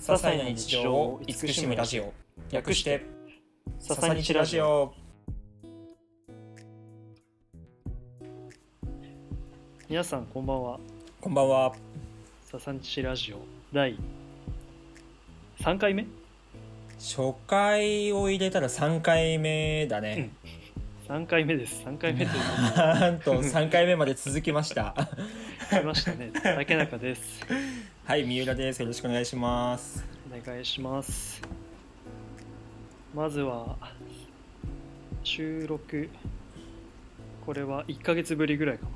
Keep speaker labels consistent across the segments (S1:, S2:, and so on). S1: 些細な日常を慈しむラジオ略して「ささにちラジオ
S2: 皆さんこんばんは」
S1: こんばんは
S2: ササンチラジオ第3回目
S1: 初回を入れたら3回目だね、
S2: 3回目です3回目というこ
S1: なんと3回目まで続きました
S2: とになりましたね竹中です
S1: はい三浦ですよろしくお願いします
S2: お願いしますまずは収録これは1ヶ月ぶりぐらいか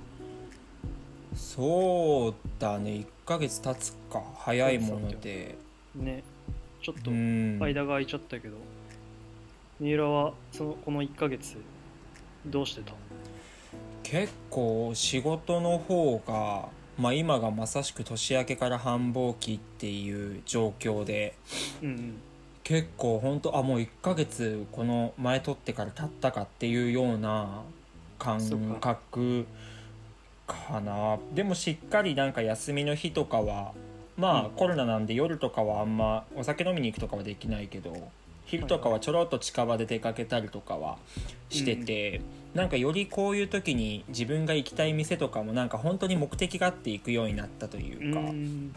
S1: そうだね1ヶ月経つか早いもので
S2: なねちょっと
S1: うん
S2: 間が空いちゃったけど三浦はそのこの1ヶ月どうしてた
S1: 結構仕事の方が、まあ、今がまさしく年明けから繁忙期っていう状況で
S2: うん
S1: 結構本当あもう1ヶ月この前撮ってから経ったかっていうような感覚かなでもしっかりなんか休みの日とかはまあ、
S2: うん
S1: コロナなんで夜とかはあんまお酒飲みに行くとかはできないけど昼とかはちょろっと近場で出かけたりとかはしてて、なんかよりこういう時に自分が行きたい店とかもなんか本当に目的があって行くようになったと
S2: う
S1: い
S2: ん
S1: う
S2: う
S1: か。
S2: ん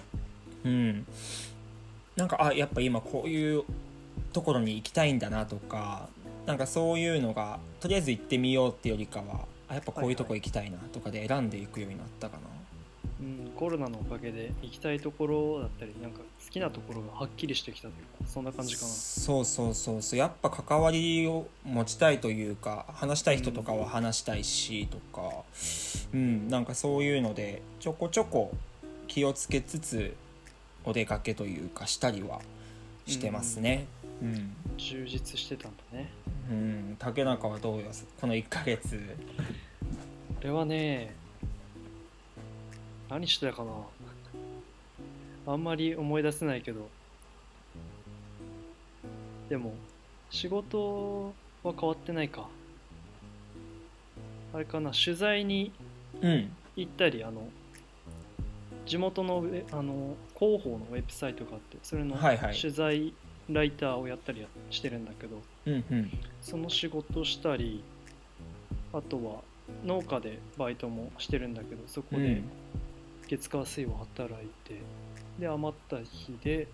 S1: うん、なんかあやっぱ今こういうところに行きたいんだなとかなんかそういうのがとりあえず行ってみようってよりかはあやっぱこういうとこ行きたいなとかで選んでいくようになったかな、
S2: うん、コロナのおかげで行きたいところだったりなんか好きなところがはっきりしてきたというかそんな感じかな
S1: そうそうそうそうやっぱ関わりを持ちたいというか話したい人とかは話したいしとかうん、なんかそういうのでちょこちょこ気をつけつつお出かけというかしたりはしてますねうん
S2: 充実してたんだね
S1: うん竹中はどうよこの1ヶ月
S2: 俺はね何してたかな あんまり思い出せないけどでも仕事は変わってないかあれかな取材に
S1: うん
S2: 行ったりあの地元のウェあの広報のウェブサイトがあってそれの
S1: はいはい
S2: 取材ライターをやったりやしてるんだけど
S1: うんうん
S2: その仕事をしたりあとは農家でバイトもしてるんだけどそこ
S1: う
S2: で
S1: ん
S2: 月火水を働いて、で余った日で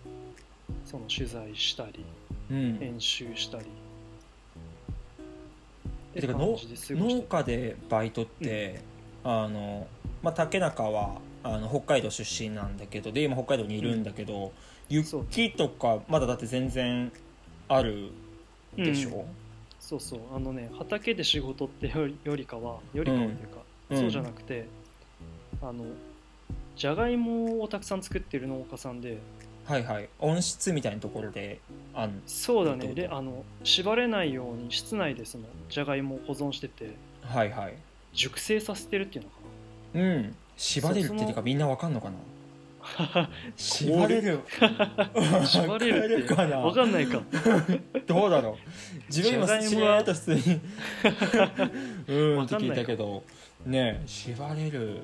S2: その取材したり
S1: うん
S2: 編集したり
S1: えてか
S2: って感じで過ごし
S1: 農
S2: て
S1: 家でバイトって、あの、まあ、竹中はあの北海道出身なんだけどで今北海道にいるんだけど、
S2: そう
S1: 雪とかまだだって全然あるでし
S2: うん
S1: ょ、
S2: そうそうあのね畑で仕事ってよりよりかはよりかはというか、
S1: うん
S2: そうじゃなくてあのじゃがいもをたくさん作ってる農家さんで
S1: はいはい温室みたいなところであん
S2: そうだ
S1: どう
S2: ね
S1: ぞ
S2: であの縛れないように室内でそのじゃがいもを保存してて
S1: はいはい
S2: 熟成させてるっていうのか
S1: うん縛れるっ
S2: そ
S1: て
S2: う
S1: いう
S2: そ
S1: か
S2: の
S1: みんなわかんの かな
S2: 絞れ
S1: る
S2: な縛れるって
S1: わかるかな
S2: わかんないか
S1: どうだ ろう自分今
S2: じゃがいもは
S1: 知らないと普通にう ーんって
S2: わかん
S1: 聞い
S2: ない
S1: たけどねえ縛れる、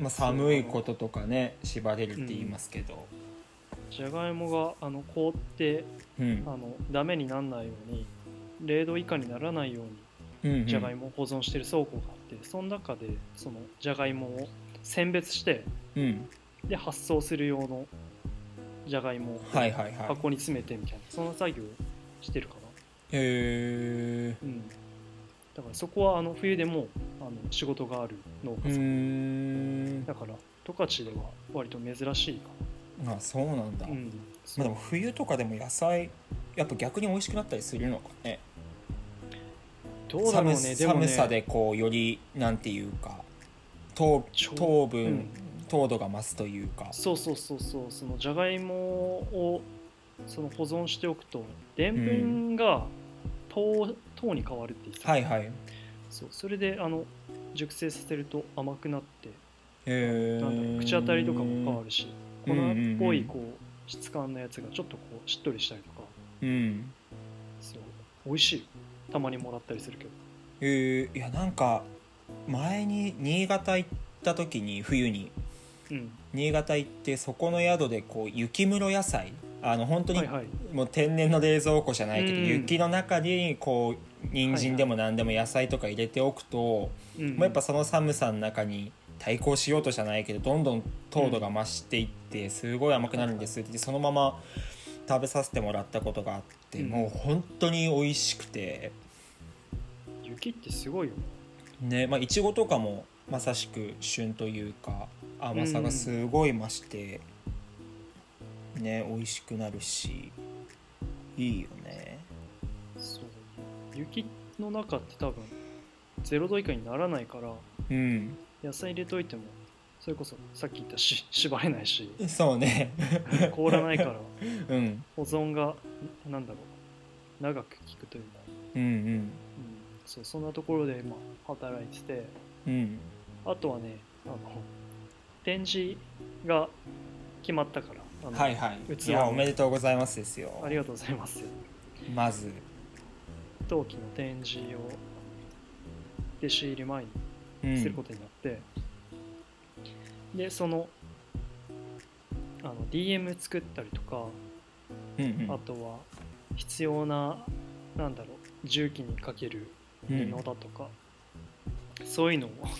S1: まあ、寒いこととかね縛れるって言いますけど、
S2: じゃがいもがあの凍って
S1: うん
S2: あのダメにならないように0度以下にならないように
S1: うんうん
S2: じゃがいもを保存してる倉庫があってその中でそのじゃがいもを選別して
S1: うん、
S2: で発送する用のじゃがいもを
S1: はいはいはい
S2: 箱に詰めてみたいなその作業をしてるか
S1: へえ
S2: なうんだからそこはあの冬でもあの仕事がある農
S1: う
S2: 家
S1: ー
S2: さん
S1: ん
S2: だから十勝では割と珍しいか
S1: あそうなんだ、
S2: なうん
S1: まあ、でも冬とかでも野菜やっぱ逆に美味しくなったりするのかね
S2: どうだろうね
S1: 寒
S2: でも
S1: 寒
S2: ね
S1: さでこうよりなんていうか糖
S2: ちょ
S1: 糖分、
S2: うん
S1: 糖度が増すというか
S2: そうそうそうそうそのじゃがいもをその保存しておくとでんぷんが糖糖に変わるって言ってた
S1: はいはい
S2: そうそれであの熟成させると甘くなって
S1: え
S2: なんだろう口当たりとかも変わ
S1: る
S2: るし
S1: う
S2: 粉
S1: ん
S2: っ
S1: うんうん
S2: ぽいこう質感のやつがちょっとこうしっとりしたりとか
S1: うん
S2: そう美味しいよたまにもらったりするけど
S1: えーいやなんか前に新潟行った時に冬に
S2: うん
S1: 新潟行ってそこの宿でこう雪室野菜あの本当
S2: は
S1: に
S2: いはい
S1: もう天然の冷蔵庫じゃないけど、
S2: うん
S1: 雪の中にこう人参でも何でも野菜とか入れておくと、
S2: うんうん
S1: もうやっぱその寒さの中に対抗しようとじゃないけどどんどん糖度が増していってすごい甘くなるんですってそのまま食べさせてもらったことがあって、
S2: うん
S1: もう本当に美味しくて
S2: 雪ってすごいよね
S1: ねまあいちごとかもまさしく旬というか甘さがすごい増して、ね美味しくなるしいいよね。
S2: そう雪の中って多分0度以下にならないから
S1: うん
S2: 野菜入れといてもそれこそさっき言ったし 縛れな いし
S1: そうね
S2: 凍らないから
S1: うん
S2: 保存がんなんだろう長く効くというか、
S1: うん
S2: うん、そうそんなところで今働いてて
S1: うんうん
S2: あとはねあの展示が決まったからあの
S1: はいはい
S2: 器
S1: いやおめでとうございますですよ
S2: ありがとうございます
S1: まず
S2: 陶器の展示を弟子入り前に
S1: うん
S2: することになって、でそのあの DM 作ったりとか、
S1: うんうん
S2: あとは必要ななんだろう重機にかける
S1: う
S2: 布
S1: ん
S2: だとか、そういうのをあの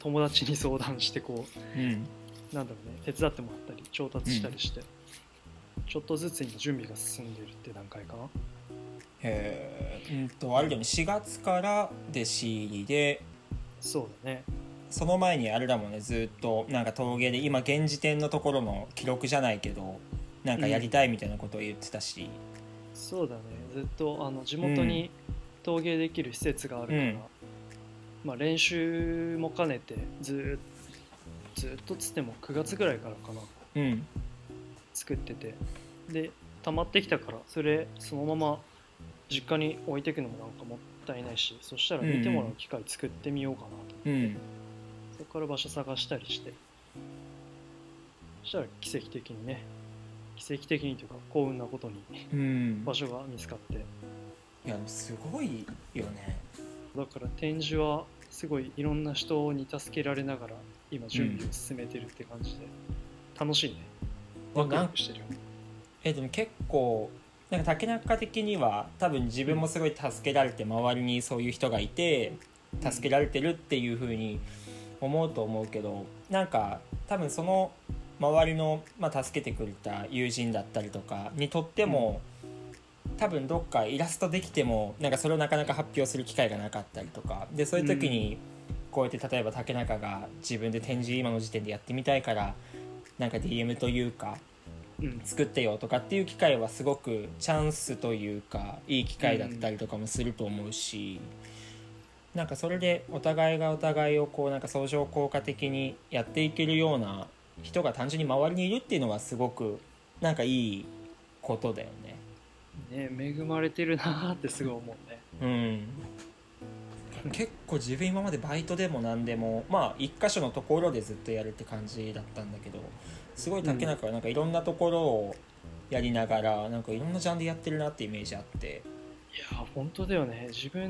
S2: 友達に相談してこ
S1: うん
S2: うなんだろうね手伝ってもらったり調達したりして、ちょっとずつ今準備が進んでいるって段階かな
S1: へえうんとあれだよね4月から弟子入りで
S2: そうだね
S1: その前にあれだもんねずっとなんか陶芸で今現時点のところの記録じゃないけどなんかやりたいみたいなことを言ってたし、
S2: そうだねずっとあの地元に陶芸できる施設があるから、
S1: うん
S2: まあ、練習も兼ねてずーずーっとつっても9月ぐらいからかな
S1: うん
S2: 作っててで溜まってきたからそれそのまま実家に置いてくのもなんかもったいないしそしたら見てもらう機会作ってみようかなと、
S1: うん、
S2: そこから場所探したりしてそしたら奇跡的にね奇跡的にというか幸運なことに
S1: うん
S2: 場所が見つかって
S1: いやすごいよね
S2: だから展示はすごいいろんな人に助けられながら今準備を進めてるって感じで、楽しいねワクワクしてるよ
S1: えでも結構なんか竹中的には多分自分もすごい助けられて周りにそういう人がいて助けられてるっていう風に思うと思うけどなんか多分その周りの、まあ、助けてくれた友人だったりとかにとっても、多分どっかイラストできてもなんかそれをなかなか発表する機会がなかったりとかでそういう時にこうやって例えば竹中が自分で展示今の時点でやってみたいからなんか DM というか
S2: うん
S1: 作ってよとかっていう機会はすごくチャンスというかいい機会だったりとかもすると思うし、なんかそれでお互いがお互いをこうなんか相乗効果的にやっていけるような人が単純に周りにいるっていうのはすごくなんかいいことだよね。
S2: ね恵まれてるなーってすごい思うね
S1: うん結構自分今までバイトでも何でもまあ一箇所のところでずっとやるって感じだったんだけどすごい竹中はなんかいろんなところをやりながらなんかいろんなジャンルやってるなってイメージあって
S2: いやー本当だよね自分
S1: う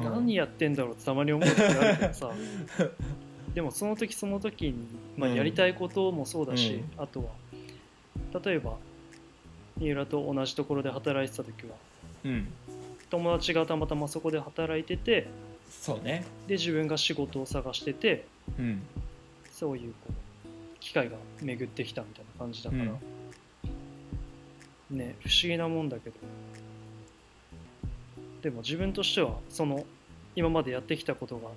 S1: ん
S2: 何やってんだろうってたまに思う時あるけ どさでもその時その時に、まあ、
S1: うん
S2: やりたいこともそうだし、あとは例えば三浦と同じところで働いてた時は
S1: うん
S2: 友達がたまたまそこで働いてて
S1: そうね
S2: で自分が仕事を探してて
S1: うん
S2: そういうこう機会が巡ってきたみたいな感じだから、ね不思議なもんだけどでも自分としてはその今までやってきたことが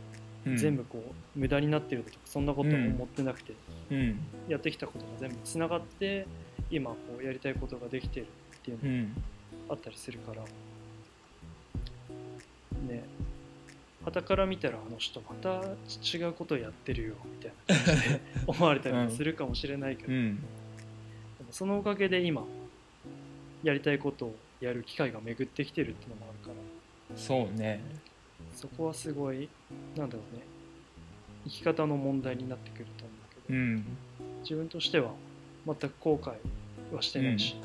S1: うん
S2: 全部こう、無駄になってるとかそんなことは思ってなくて、
S1: うん
S2: やってきたことが全部つながって今こうやりたいことができてるっていうの
S1: うん
S2: があったりするから、ね傍から見たらあの人また違うことやってるよみたいな感じで思われたりもするかもしれないけど、
S1: う
S2: で
S1: ん
S2: もそのおかげで今やりたいことをやる機会が巡ってきてるっていうのもあるから
S1: そうね
S2: そこはすごいなんだろうね生き方の問題になってくると思うけ
S1: う
S2: ど、
S1: ん
S2: 自分としては全く後悔はしてないし、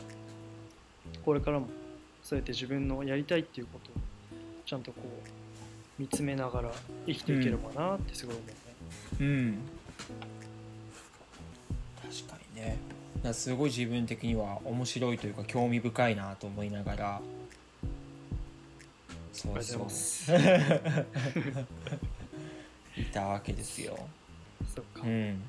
S2: これからもそうやって自分のやりたいっていうことをちゃんとこう見つめながら生きていければなってすごい思うね、
S1: うんやすごい自分的には面白いというか興味深いなと思いながらそ
S2: あ
S1: う
S2: りがとう
S1: そ
S2: ございま
S1: ういたわけですよ。
S2: そっか、
S1: うん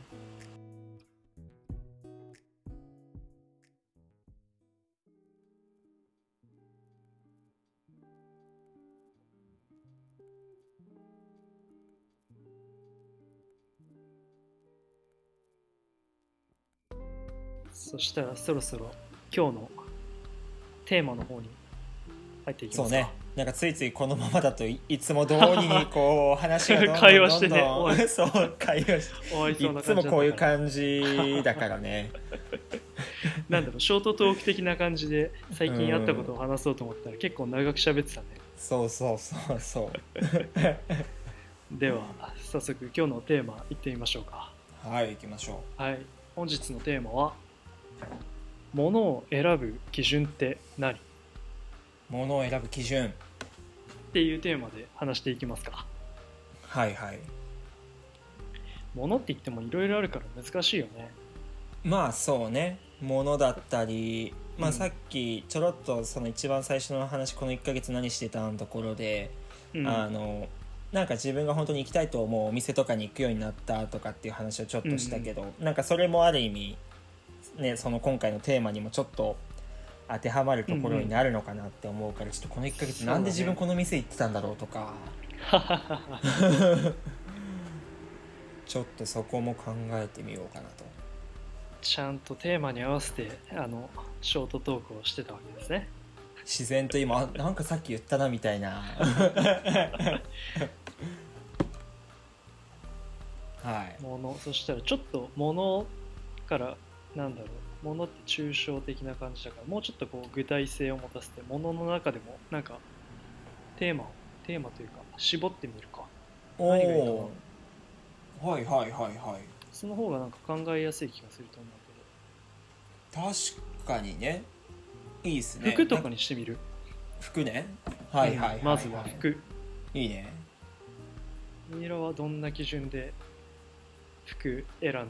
S2: そしたらそろそろ今日のテーマの方に入っていき
S1: そ
S2: ま
S1: う
S2: すか
S1: ねなんかついついこのままだといいつも通りにこう話がどんどんどんどん
S2: 会話してね終わ
S1: そう会話し
S2: 終わり
S1: てい
S2: そうな
S1: つ
S2: 感じ
S1: もこういう
S2: だったから
S1: 感じだからね
S2: なんだろうショートトーク的な感じで最近あったことを話そうと思ったら結構長く喋ってたね
S1: そうそうそうそう
S2: では早速今日のテーマいってみましょうか
S1: はい行きましょ
S2: はい本日のテーマは「物を選ぶ基準って何?」っ
S1: うものを選ぶ基準
S2: ていうテーマで話していきますか
S1: はいはい
S2: 物って言ってもいろいろあるから難しいよね
S1: まあそうねものだったり、ま
S2: う
S1: あ、
S2: ん
S1: さっきちょろっとその一番最初の話この1ヶ月何してたのところで、
S2: うん
S1: あのなんか自分が本当に行きたいと思うお店とかに行くようになったとかっていう話をちょっとしたけど、なんかそれもある意味、ね、その今回のテーマにもちょっと当てはまるところになるのかなって思うから、ちょっとこの1ヶ
S2: そ
S1: 月
S2: うだね
S1: なんで自分この店行ってたんだろうとかちょっとそこも考えてみようかなと。
S2: ちゃんとテーマに合わせてあのショートトークをしてたわけですね
S1: 自然と今あなんかさっき言ったなみたい なはい
S2: 物そしたらちょっと物からなんだろう物って抽象的な感じだからもうちょっとこう具体性を持たせて物の中でもなんかテーマをテーマというか絞ってみるか
S1: お
S2: 何がいいかな
S1: おーはいはいはいはい
S2: その方がなんか考えやすい気がすると思う
S1: 確かにねいいです
S2: け
S1: ね
S2: ど服とか
S1: な
S2: にしてみる、
S1: 服ねはいはいはい、
S2: うんまずは服
S1: いいね
S2: ミイラはどんな基準で服選んでる、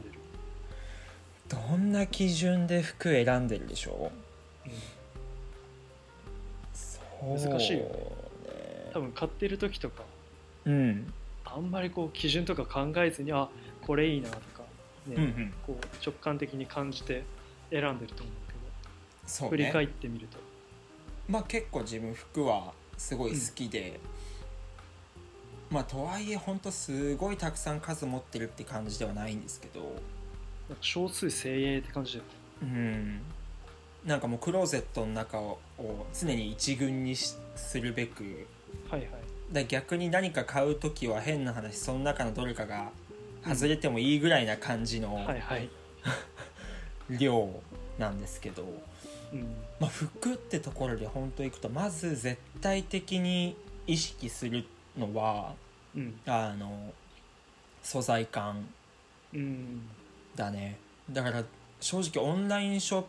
S1: どんな基準で服選んでるでしょうそう
S2: 難しいよね
S1: ね
S2: 多分買ってる時とか
S1: うん
S2: あんまりこう基準とか考えずにあこれいいなとか、ね
S1: うんうん
S2: こう直感的に感じて選んでると思うけど
S1: そう
S2: 振り
S1: ね
S2: 返ってみると
S1: まあ結構自分服はすごい好きで、まあとはいえほんとすごいたくさん数持ってるって感じではないんですけど
S2: なんか少数精鋭って感じだよね
S1: うんなんかもうクローゼットの中を常に一軍にしするべく
S2: はいはい
S1: だ逆に何か買う時は変な話その中のどれかが外れてもいいぐらいな感じの
S2: はいはい、
S1: 量なんですけど、
S2: うん、
S1: まあ、服ってところで本当いくとまず絶対的に意識するのは
S2: うん
S1: あの素材感
S2: うん
S1: だねだから正直オンラインショッ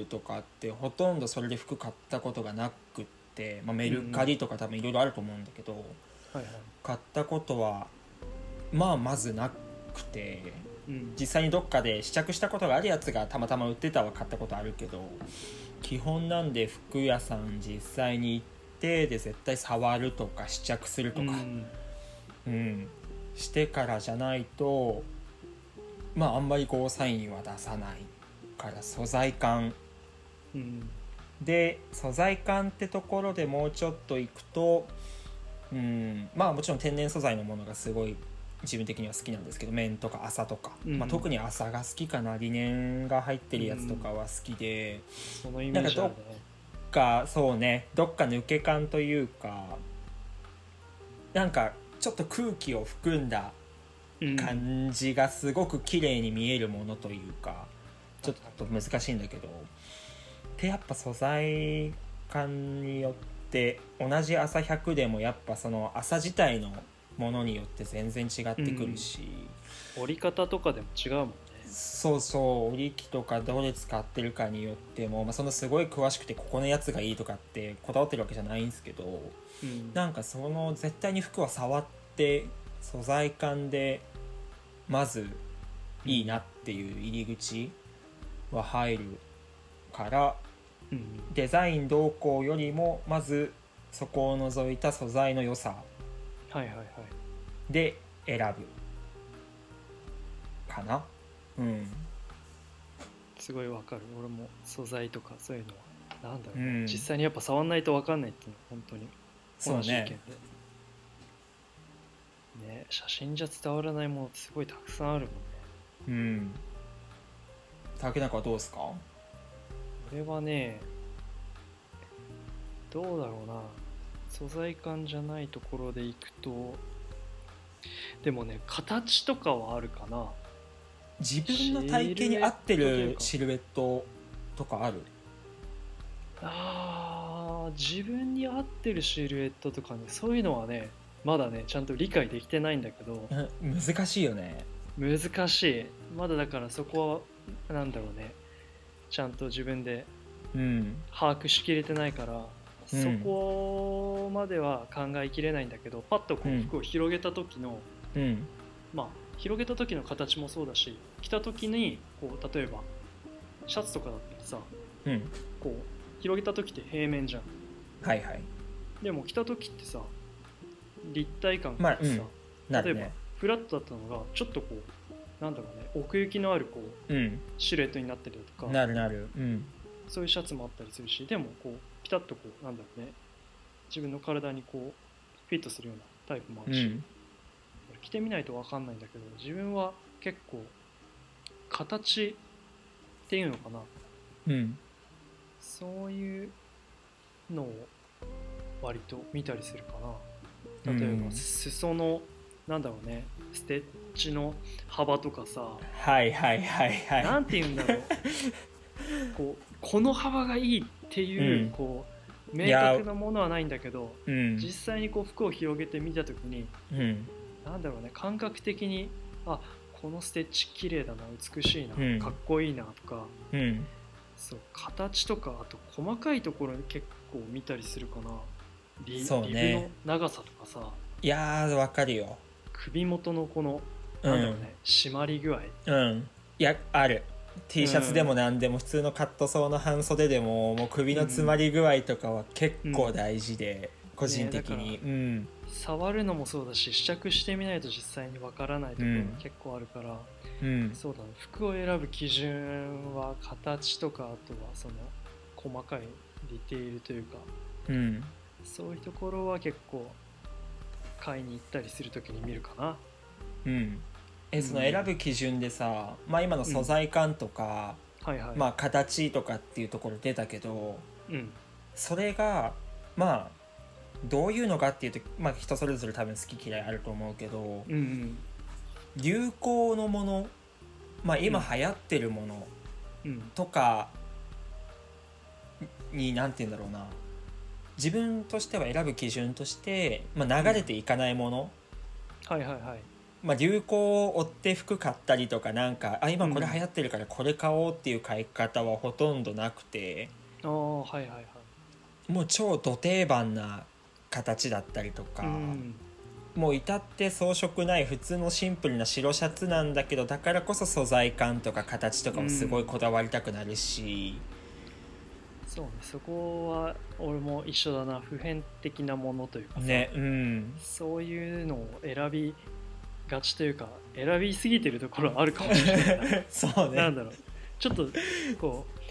S1: プとかってほとんどそれで服買ったことがなくって、まあ、メルカリとか多分いろいろあると思うんだけど、
S2: はいはい
S1: 買ったことはまあまずなくて
S2: うん
S1: 実際にどっかで試着したことがあるやつがたまたま売ってたは買ったことあるけど基本なんで服屋さん実際に行ってで絶対触るとか試着すると
S2: う
S1: か、
S2: ん
S1: うん、してからじゃないとまああんまりこうサインは出さないから素材感
S2: うん
S1: で素材感ってところでもうちょっといくと、うん、まあもちろん天然素材のものがすごい自分的には好きなんですけど綿とか麻とか、
S2: うん
S1: まあ、特に麻が好きかなリネンが入ってるやつとかは好きで。
S2: そのイメージあるね
S1: どっかそうねどっか抜け感というかなんかちょっと空気を含んだ
S2: うん
S1: 感じがすごく綺麗に見えるものというかちょっと難しいんだけどでやっぱ素材感によって同じ朝100でもやっぱその朝自体のものによって全然違ってくるし、
S2: 折り方とかでも違うもんね
S1: そうそう織り機とかどれ使ってるかによっても、まあ、そのすごい詳しくてここのやつがいいとかってこだわってるわけじゃないんですけど
S2: うん
S1: なんかその絶対に服は触って素材感でまずいいなっていう入り口は入るから
S2: うん
S1: デザイン動向よりもまずそこを除いた素材の良さ
S2: はいはいはい
S1: で選ぶかなうん
S2: すごいわかる俺も素材とかそういうのはなんだろう、
S1: うん
S2: 実際にやっぱ触んないとわかんないっていうのは本当に
S1: そう
S2: 同じ意見
S1: ね
S2: でね写真じゃ伝わらないものってすごいたくさんあるもんね
S1: うん竹中はどうですか
S2: これはねどうだろうな素材感じゃないところでいくとでもね形とかはあるかな
S1: 自分の体型に合ってるシ
S2: シ
S1: ルエットとかある
S2: あー自分に合ってるシルエットとかねそういうのはねまだねちゃんと理解できてないんだけど
S1: うん 難しいよね
S2: 難しいまだだからそこはなんだろうねちゃんと自分で
S1: うん
S2: 把握しきれてないから、
S1: うん
S2: そこまでは考えきれないんだけどパッとこ
S1: うん
S2: う服を広げた時の、
S1: うん
S2: まあ広げた時の形もそうだし着た時にこう例えばシャツとかだったらさ
S1: うん
S2: こう広げた時って平面じゃん
S1: はいはい
S2: でも着た時ってさ立体感
S1: ま
S2: が
S1: あ
S2: あってさ、
S1: な
S2: 例え
S1: る
S2: ば、
S1: ね
S2: フラットだったのがちょっとこうなんだろうね奥行きのあるこう
S1: うん
S2: シルエットになってるとか
S1: なるなるうん
S2: そういうシャツもあったりするしでもこうピタッとこうなんだろうね自分の体にこうフィットするようなタイプもあ
S1: う
S2: るし、
S1: ん
S2: 着てみないと分かんないんだけど自分は結構形っていうのかな
S1: うん
S2: そういうのを割と見たりするかな例え
S1: う
S2: ば
S1: ん
S2: 裾の、なんだろうねステッチの幅とかさ
S1: はいはいはいはい
S2: なんて言うんだ ろうこうこの幅がいいっていう,、
S1: うん
S2: こう明
S1: いや
S2: 確なものはないんだけど
S1: うん
S2: 実際にこう服を広げて見た時に
S1: うん
S2: なんだろうね感覚的にあこのステッチ綺麗だな美しいな、
S1: うん
S2: かっこいいなとか
S1: うん
S2: そう形とかあと細かいところ結構見たりするかなリ
S1: そう
S2: リブ
S1: ね
S2: の長さとかさ
S1: いやーわかるよ
S2: 首元のこの
S1: う
S2: なんだろうんね、締まり具合
S1: うんいやある T シャツでも何でも普通のカットソーの半袖でももう首の詰まり具合とかは結構大事で、個人的に、うん
S2: 触るのもそうだし試着してみないと実際にわからないところ
S1: うん
S2: が結構あるから、
S1: うん
S2: そうだね服を選ぶ基準は形とかあとはその細かいディテールというか
S1: うん
S2: そういうところは結構買いに行ったりするときに見るかな
S1: うんえその選ぶ基準でさ、まあ、今の素材感とか、
S2: はいはい、
S1: まあ、形とかっていうところ出たけど
S2: うん
S1: それがまあどういうのかっていうと、まあ、人それぞれ多分好き嫌いあると思うけど
S2: うんうん
S1: 流行のもの、まあ、今
S2: う
S1: 流行ってるもの
S2: うん
S1: とかに何て言うんだろうな自分としては選ぶ基準として、まあ、流れていかないもの、
S2: はいはいはい
S1: まあ、流行を追って服買ったりとかなんかあ今これ流行ってるからこれ買おうっていう買い方はほとんどなくて
S2: ああはいはいはい
S1: もう超ド定番な形だったりとか、
S2: うん
S1: もう至って装飾ない普通のシンプルな白シャツなんだけどだからこそ素材感とか形とかもすごいこだわりたくなるし、
S2: そうねそこは俺も一緒だな普遍的なものというかさ
S1: ねうん
S2: そういうのを選びがちというか選びすぎてるところはあるかもしれないな
S1: そう
S2: な
S1: ね
S2: んだろうちょっとこう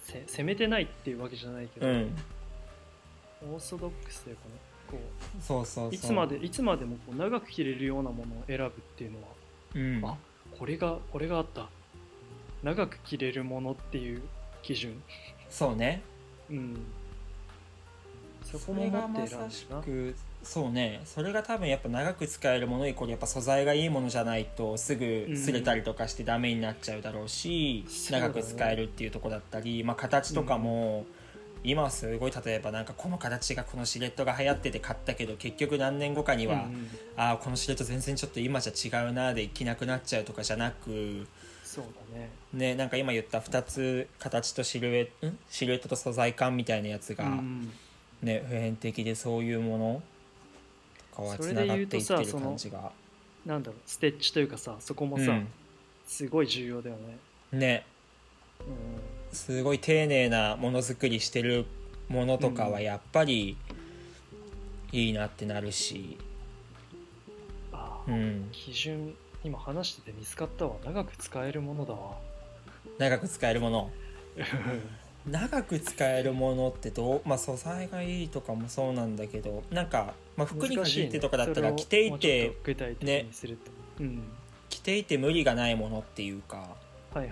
S2: せ攻めてないっていうわけじゃないけど、
S1: うん
S2: オーソドックスというかねこう
S1: そうそうそう
S2: いつまでいつまでもこう長く着れるようなものを選ぶっていうのは
S1: うん
S2: あこれがこれがあった長く着れるものっていう基準
S1: そうね
S2: うんそこ
S1: そ
S2: も
S1: れが
S2: 持っ
S1: ま
S2: て選
S1: さ
S2: んで
S1: し
S2: るな
S1: くそうねそれが多分やっぱ長く使えるものイコールやっぱ素材がいいものじゃないとすぐ擦れたりとかしてダメになっちゃうだろうし、
S2: そうだ
S1: 長
S2: ね
S1: く使えるっていうところだったり、まあ、形とかも、今はすごい例えばなんかこの形がこのシレットが流行ってて買ったけど結局何年後かには、
S2: うんうん
S1: ああこのシレット全然ちょっと今じゃ違うなで着なくなっちゃうとかじゃなく。
S2: そうだね
S1: ね、なんか今言った2つ形とシルエットんシルエットと素材感みたいなやつが、
S2: うん
S1: ね普遍的でそういうものとかはつながっていってる感じが
S2: なんだろうステッチというかさそこもさ、
S1: うん
S2: すごい重要だよね
S1: ねすごい丁寧なものづくりしてるものとかはやっぱりいいなってなるし、
S2: あ
S1: う
S2: ー
S1: ん、
S2: 基準今話してて見つかったわ長く使えるものだわ
S1: 長く使えるもの長く使えるものってどうまあ素材がいいとかもそうなんだけどなんか、まあ、服に
S2: 難し
S1: 限
S2: いね
S1: ってとかだった
S2: それ
S1: ら
S2: を
S1: 着てい
S2: もうちょ
S1: て
S2: っと具体的
S1: ね
S2: にすると、うん
S1: 着ていて無理がないものっていうか、
S2: はいはい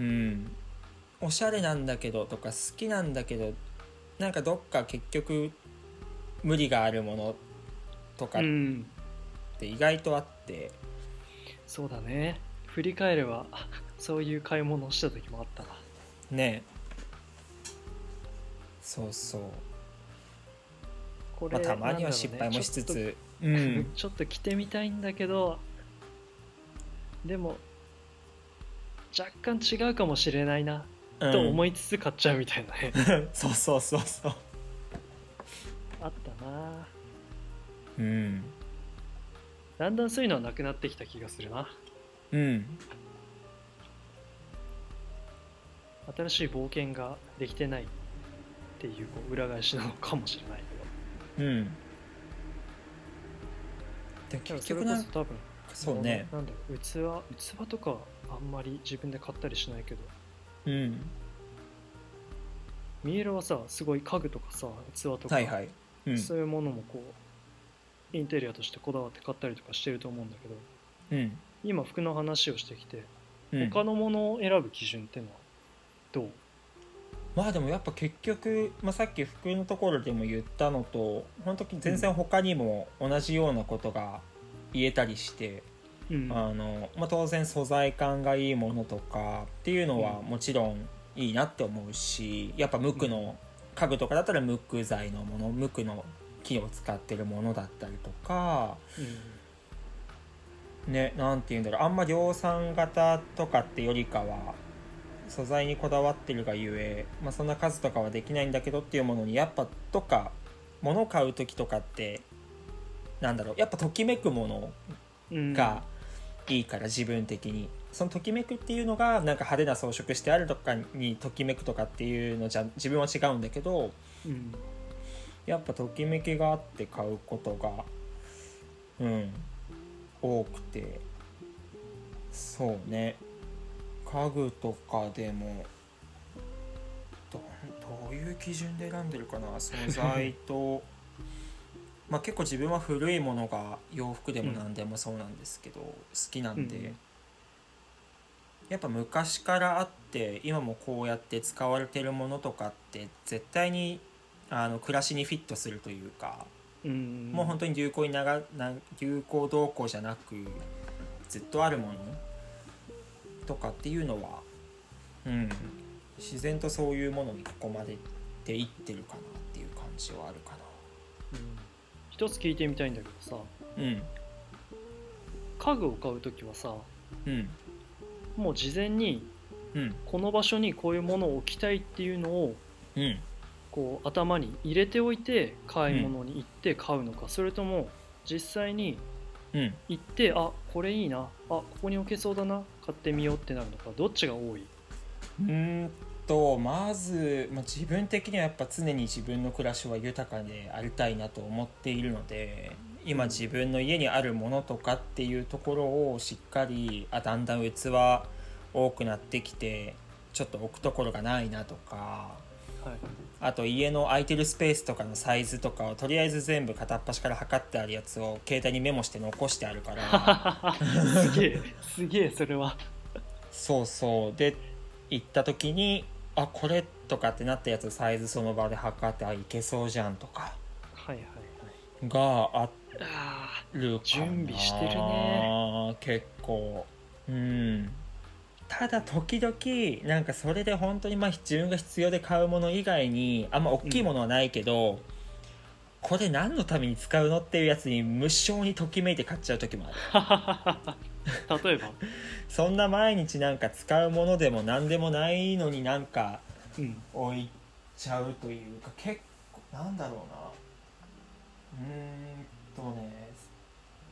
S1: うん、おしゃれなんだけどとか好きなんだけどなんかどっか結局無理があるものとか
S2: う
S1: っ
S2: ん
S1: て意外とあって、
S2: そうだね振り返ればそういう買い物をした時もあったな
S1: ねそうそう、
S2: これ、
S1: まあ、たまには
S2: なんだろう
S1: 失
S2: ね
S1: 敗もしつ
S2: ちょっ
S1: つ、う
S2: と
S1: ん
S2: ちょっと着てみたいんだけどでも若干違うかもしれないな、
S1: うん、
S2: と思いつつ買っちゃうみたいなね
S1: そうそうそうそう
S2: あったな
S1: うん
S2: だんだんそういうのはなくなってきた気がするな
S1: うん
S2: 新しい冒険ができてないっていうこう裏返しなのかもしれないけど
S1: うんでも結局なん
S2: それこそ多分
S1: そうね
S2: なんだろう器器とかあんまり自分で買ったりしないけど
S1: うん
S2: ミエルはさすごい家具とかさ器とか、
S1: はいはいうん
S2: そういうものもこうインテリアとしてこだわって買ったりとかしてると思うんだけど
S1: うん
S2: 今服の話をしてきて
S1: うん
S2: 他のものを選ぶ基準ってのはどう、
S1: まあでもやっぱ結局、まあ、さっき服のところでも言ったのと本当に全然他にも同じようなことが言えたりして、
S2: うん
S1: あのまあ、当然素材感がいいものとかっていうのは
S2: うん
S1: もちろんいいなって思うしやっぱ無垢の家具とかだったら無垢材のもの無垢の木を使ってるものだったりとかね、なんて言うんだろうあんま量産型とかってよりかは素材にこだわってるがゆえ、まあ、そんな数とかはできないんだけどっていうものにやっぱとか物を買う時とかってなんだろうやっぱときめくもの
S2: うん
S1: がいいから自分的にそのときめくっていうのがなんか派手な装飾してあるとかにときめくとかっていうのじゃ自分は違うんだけど
S2: うん
S1: やっぱときめきがあって買うことがうん多くてそうね家具とかでもどどういう基準で選んでるかな素材 とまあ結構自分は古いものが洋服でも何でもそうなんですけど、好きなんで、
S2: うん
S1: やっぱ昔からあって今もこうやって使われてるものとかって絶対にあの暮らしにフィットするというか、
S2: うん
S1: もう本当に流行にながな流行動向じゃなくずっとあるものとかっていうのは、うん、自然とそういうものにここまでっていってるかなっていう感じはあるか
S2: うん一つ聞いてみたいんだけどさ
S1: な。うん
S2: 家具を買う時はさ
S1: うん
S2: もう事前に
S1: うん
S2: この場所にこういうものを置きたいっていうのを
S1: うん
S2: こう頭に入れておいて買い物に行って買うのか、それとも実際に
S1: うん
S2: 行ってあこれいいなあここに置けそうだな買ってみようってなるのかどっちが多いう
S1: ーんとまず、まあ、自分的にはやっぱ常に自分の暮らしは豊かでありたいなと思っているので今自分の家にあるものとかっていうところをしっかりあだんだん器多くなってきてちょっと置くところがないなとか
S2: はい
S1: あと家の空いてるスペースとかのサイズとかをとりあえず全部片っ端から測ってあるやつを携帯にメモして残してあるから
S2: すげえすげえそれは
S1: そうそうで行った時にあこれとかってなったやつサイズその場で測ってあいけそうじゃんとか
S2: はいはいはい
S1: があ
S2: あ
S1: るかな
S2: 準備してるね
S1: 結構うんただ時々なんかそれで本当にまあ自分が必要で買うもの以外にあんま大きいものはないけど、これ何のために使うのっていうやつに無性にときめいて買っちゃう時もある
S2: ー例えば、
S1: そんな毎日なんか使うものでも何でもないのになんか
S2: うん、
S1: 置いちゃうというか結構なんだろうなうーんとね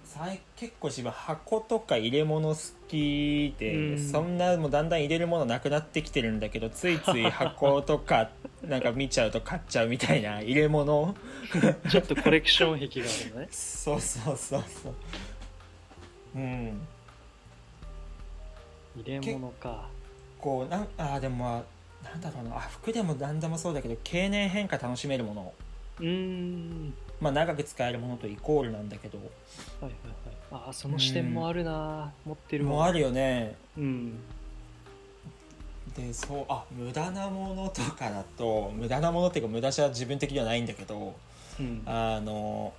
S1: さ最結構自分箱とか入れ物好きで、
S2: うん
S1: そんなもうだんだん入れるものなくなってきてるんだけどついつい箱と かなんか見ちゃうと買っちゃうみたいな入れ物
S2: ちょっとコレクション癖があるのね
S1: そうそうそうそううん
S2: 入れ物か
S1: こうなんあーでもまあなんだろうなあ服でも何でもそうだけど経年変化楽しめるもの
S2: うーん
S1: まあ長く使えるものとイコールなんだけど
S2: はいはいはいあーその視点もあるな、持ってるわ
S1: もうあるよね
S2: うん
S1: でそうあ無駄なものとかだと無駄なものっていうか無駄じゃ自分的にはないんだけど
S2: うん
S1: あの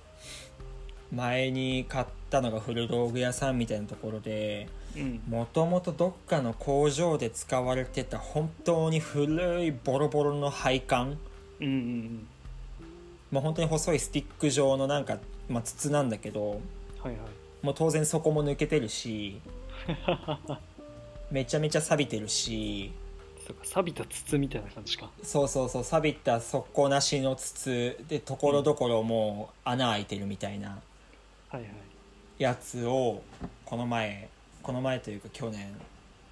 S1: 前に買ったのが古道具屋さんみたいなところで
S2: うん
S1: もともとどっかの工場で使われてた本当に古いボロボロの配管
S2: うんうん
S1: もう本当に細いスティック状のなんか、まあ、筒なんだけど
S2: うんはいはい
S1: もう当然底も抜けてるしめちゃめちゃ錆びてるし
S2: そうか錆びた筒みたいな感じか
S1: そうそうそう錆びた底なしの筒でところどころもう穴開いてるみたいな
S2: はいはい
S1: やつをこの前この前というか去年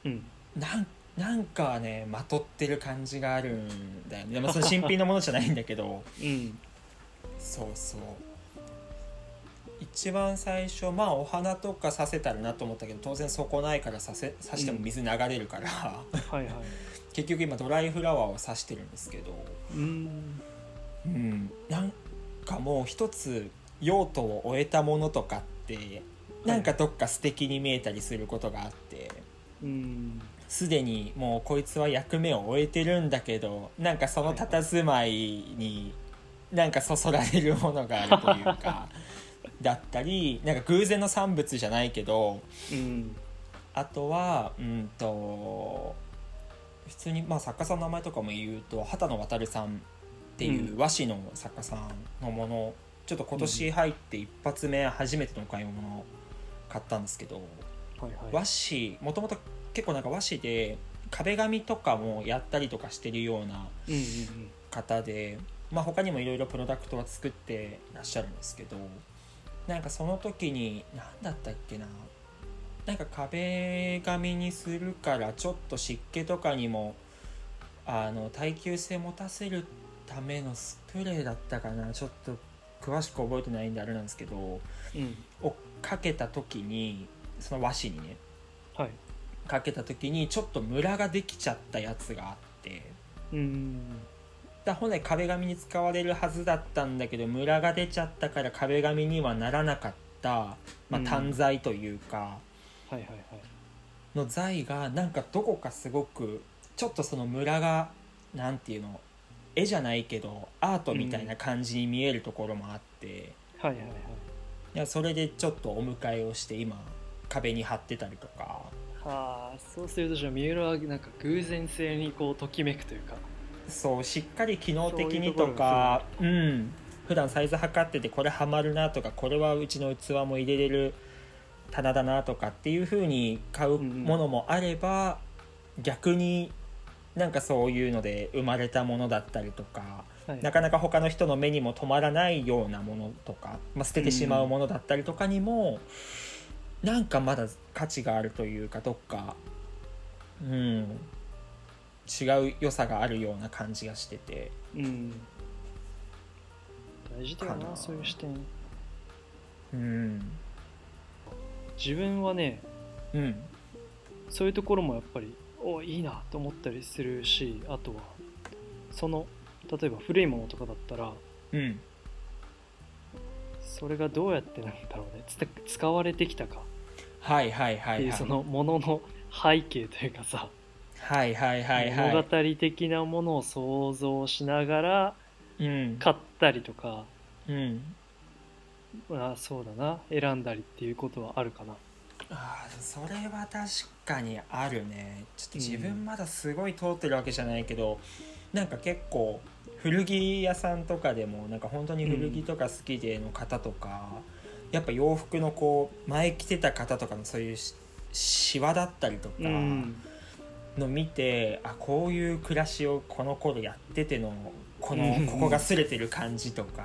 S2: うん
S1: なんなんかねまとってる感じがあるんだよねでもその 新品のものじゃないんだけど
S2: うん
S1: そうそう一番最初まあお花とかさせたらなと思ったけど当然底ないからさせさしても水流れるから、
S2: はいはい
S1: 結局今ドライフラワーをさしてるんですけど
S2: うーん
S1: うんなんかもう一つ用途を終えたものとかってなんかどっか素敵に見えたりすることがあって
S2: うん
S1: すでにもうこいつは役目を終えてるんだけどなんかその佇まいになんかそそられるものがあるというかだったりなんか偶然の産物じゃないけど
S2: うん
S1: あとはうんと普通にまあ作家さんの名前とかも言うと畑野渉さんっていううん和紙の作家さんのもの、ちょっと今年入って一発目初めてのお買い物を買ったんですけど、
S2: はいはい
S1: 和紙もともと結構なんか和紙で壁紙とかもやったりとかしてるような
S2: うんうんうん
S1: 方で、まあ、他にもいろいろプロダクトは作ってらっしゃるんですけどなんかその時に何だったっけななんか壁紙にするからちょっと湿気とかにもあの耐久性持たせるためのスプレーだったかなちょっと詳しく覚えてないんであれなんですけど
S2: うん
S1: をかけた時にその和紙にね
S2: はい
S1: かけた時にちょっとムラができちゃったやつがあって
S2: うん
S1: だ本来壁紙に使われるはずだったんだけどムラが出ちゃったから壁紙にはならなかった、まあ、
S2: うん
S1: 単材というか
S2: はいはいはい
S1: の材がなんかどこかすごくちょっとそのムラがなんていうの絵じゃないけどアートみたいな感じに見えるところもあって、
S2: はいはいはい
S1: いやそれでちょっとお迎えをして今壁に貼ってたりとか
S2: はあそうするとじゃあ三浦はなんか偶然性にこうときめくというか
S1: そうしっかり機能的に
S2: そう
S1: と
S2: いうところが
S1: かうん普段サイズ測っててこれはまるなとかこれはうちの器も入れれる棚だなとかっていう風に買うものもあれば、逆になんかそういうので生まれたものだったりとか
S2: はい
S1: なかなか他の人の目にも止まらないようなものとか、まあ、捨ててしまうものだったりとかにも、なんかまだ価値があるというかどっか、うん、違う良さがあるような感じがしてて
S2: うん大事だよ
S1: か
S2: な
S1: な
S2: そういう視点
S1: うん、
S2: 自分はね
S1: うん、
S2: そういうところもやっぱりおいいなと思ったりするしあとはその例えば古いものとかだったら
S1: うん、
S2: それがどうやってなんだろうねつた使われてきたか
S1: はいはいは
S2: ってい
S1: いうはい
S2: そのものの背景というかさ
S1: はいはいはいはい
S2: 物語的なものを想像しながら
S1: うん
S2: 買ったりとか
S1: うん
S2: あそうだな選んだりっていうことはあるかな
S1: あーそれは確かにあるねちょっと自
S2: うん
S1: 分まだすごい通ってるわけじゃないけど、なんか結構古着屋さんとかでもなんか本当に古着とか好きでの方とか、やっぱ洋服のこう前着てた方とかのそういうしシワだったりとか
S2: うん
S1: の見て、あこういう暮らしをこの頃やっててのこの
S2: うん
S1: ここが擦れてる感じとか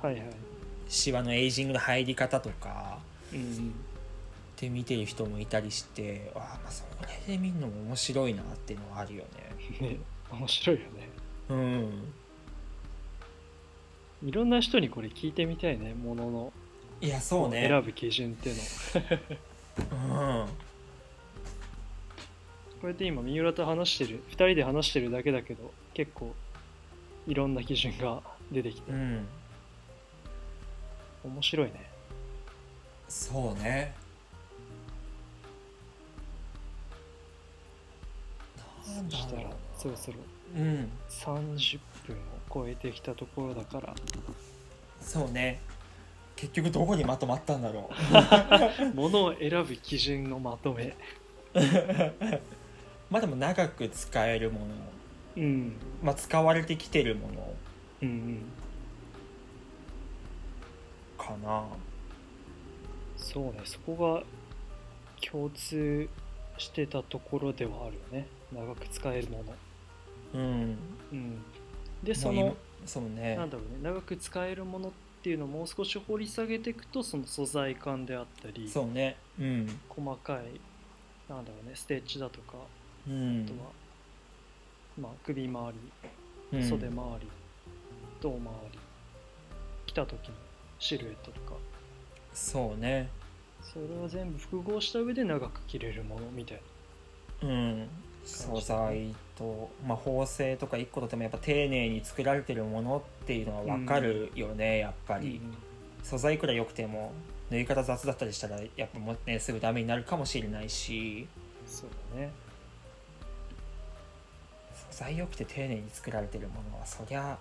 S2: はいはい
S1: シワのエイジングの入り方とか。
S2: うん
S1: て見てる人もいたりしてあーまあそれで見るのも面白いなっていうのはあるよね
S2: ね面白いよね
S1: うん
S2: いろんな人にこれ聞いてみたいねものの
S1: いやそうね
S2: 選ぶ基準っていうの
S1: うん
S2: これで今三浦と話してる2人で話してるだけだけど結構いろんな基準が出てきて
S1: うん
S2: 面白いね
S1: そうねなん
S2: そ
S1: だ
S2: した
S1: ろ
S2: らそろそろ
S1: ううん
S2: 30分を超えてきたところだから
S1: そうね結局どこにまとまったんだろ
S2: 物を選ぶ基準のまとめ
S1: う まあでも長く使えるもの、
S2: うん
S1: まあ、使われてきてるもの
S2: うんうん
S1: かな
S2: そうねそこが共通してたところではあるよね長く使えるもの、
S1: うん
S2: うん、でそ
S1: そ
S2: の
S1: のそうね
S2: なんだろうね長く使えるものっていうのをもう少し掘り下げていくとその素材感であったり
S1: そうねうん
S2: 細かいなんだろうねステッチだと
S1: う
S2: かあ
S1: ん
S2: とは、まあ、首周
S1: う
S2: り
S1: ん
S2: 袖周り胴周り着た時のシルエットとか
S1: そうね
S2: それを全部複合した上で長く着れるものみたい
S1: うん素材と、まあ、縫製とか一個とてもやっぱ丁寧に作られてるものっていうのは分かるよね、やっぱ
S2: な、
S1: り、素材いくら良くても縫い方雑だったりしたらやっぱもうねすぐダメになるかもしれないし
S2: そうだね
S1: 素材良くて丁寧に作られてるものはそりゃ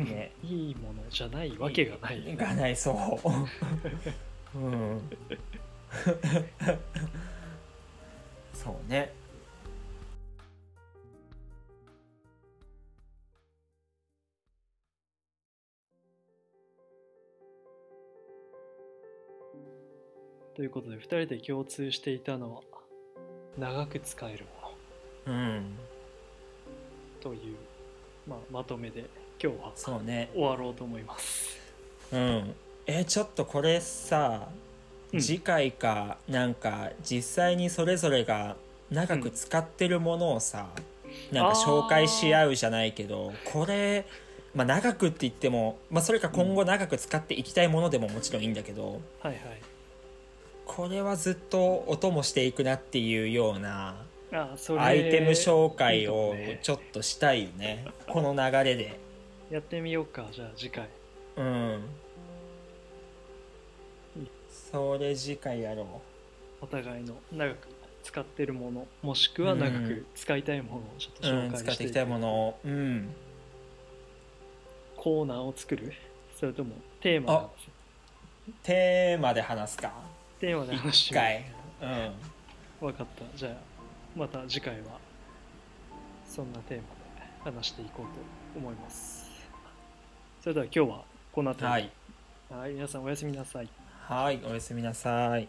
S1: ね
S2: いいものじゃないわけがないよね
S1: がないそううん そうね
S2: ということで2人で共通していたのは長く使えるもの
S1: うん
S2: という、まあ、まとめで今日は
S1: そうね
S2: 終わろうと思います。
S1: うんえちょっとこれさ、
S2: うん
S1: 次回かなんか実際にそれぞれが長く使ってるものをさ、なんか紹介し合うじゃないけどこれ、まあ、長くって言っても、まあ、それか今後長く使っていきたいものでももちろんいいんだけど
S2: はいはい。
S1: これはずっと音もしていくなっていうような
S2: あーそれ
S1: アイテム紹介
S2: いい
S1: を
S2: かもね
S1: ちょっとしたいよねこの流れで。
S2: やってみようか、じゃあ次回。
S1: うんそれ次回やろう。
S2: お互いの長く使ってるもの、もしくは長く使いたいものをちょっと
S1: う
S2: 紹
S1: ん、
S2: 介して,、
S1: 使っていきたいものを、うん、
S2: コーナーを作るそれともテーマなんですよ
S1: テーマで話すか
S2: テーマで話し
S1: 一
S2: て
S1: 回、うん、
S2: みる。わかった。じゃあまた次回はそんなテーマで話していこうと思います。それでは今日はこの辺り。
S1: はい
S2: はい、皆さんおやすみなさい。
S1: はいおやすみなさい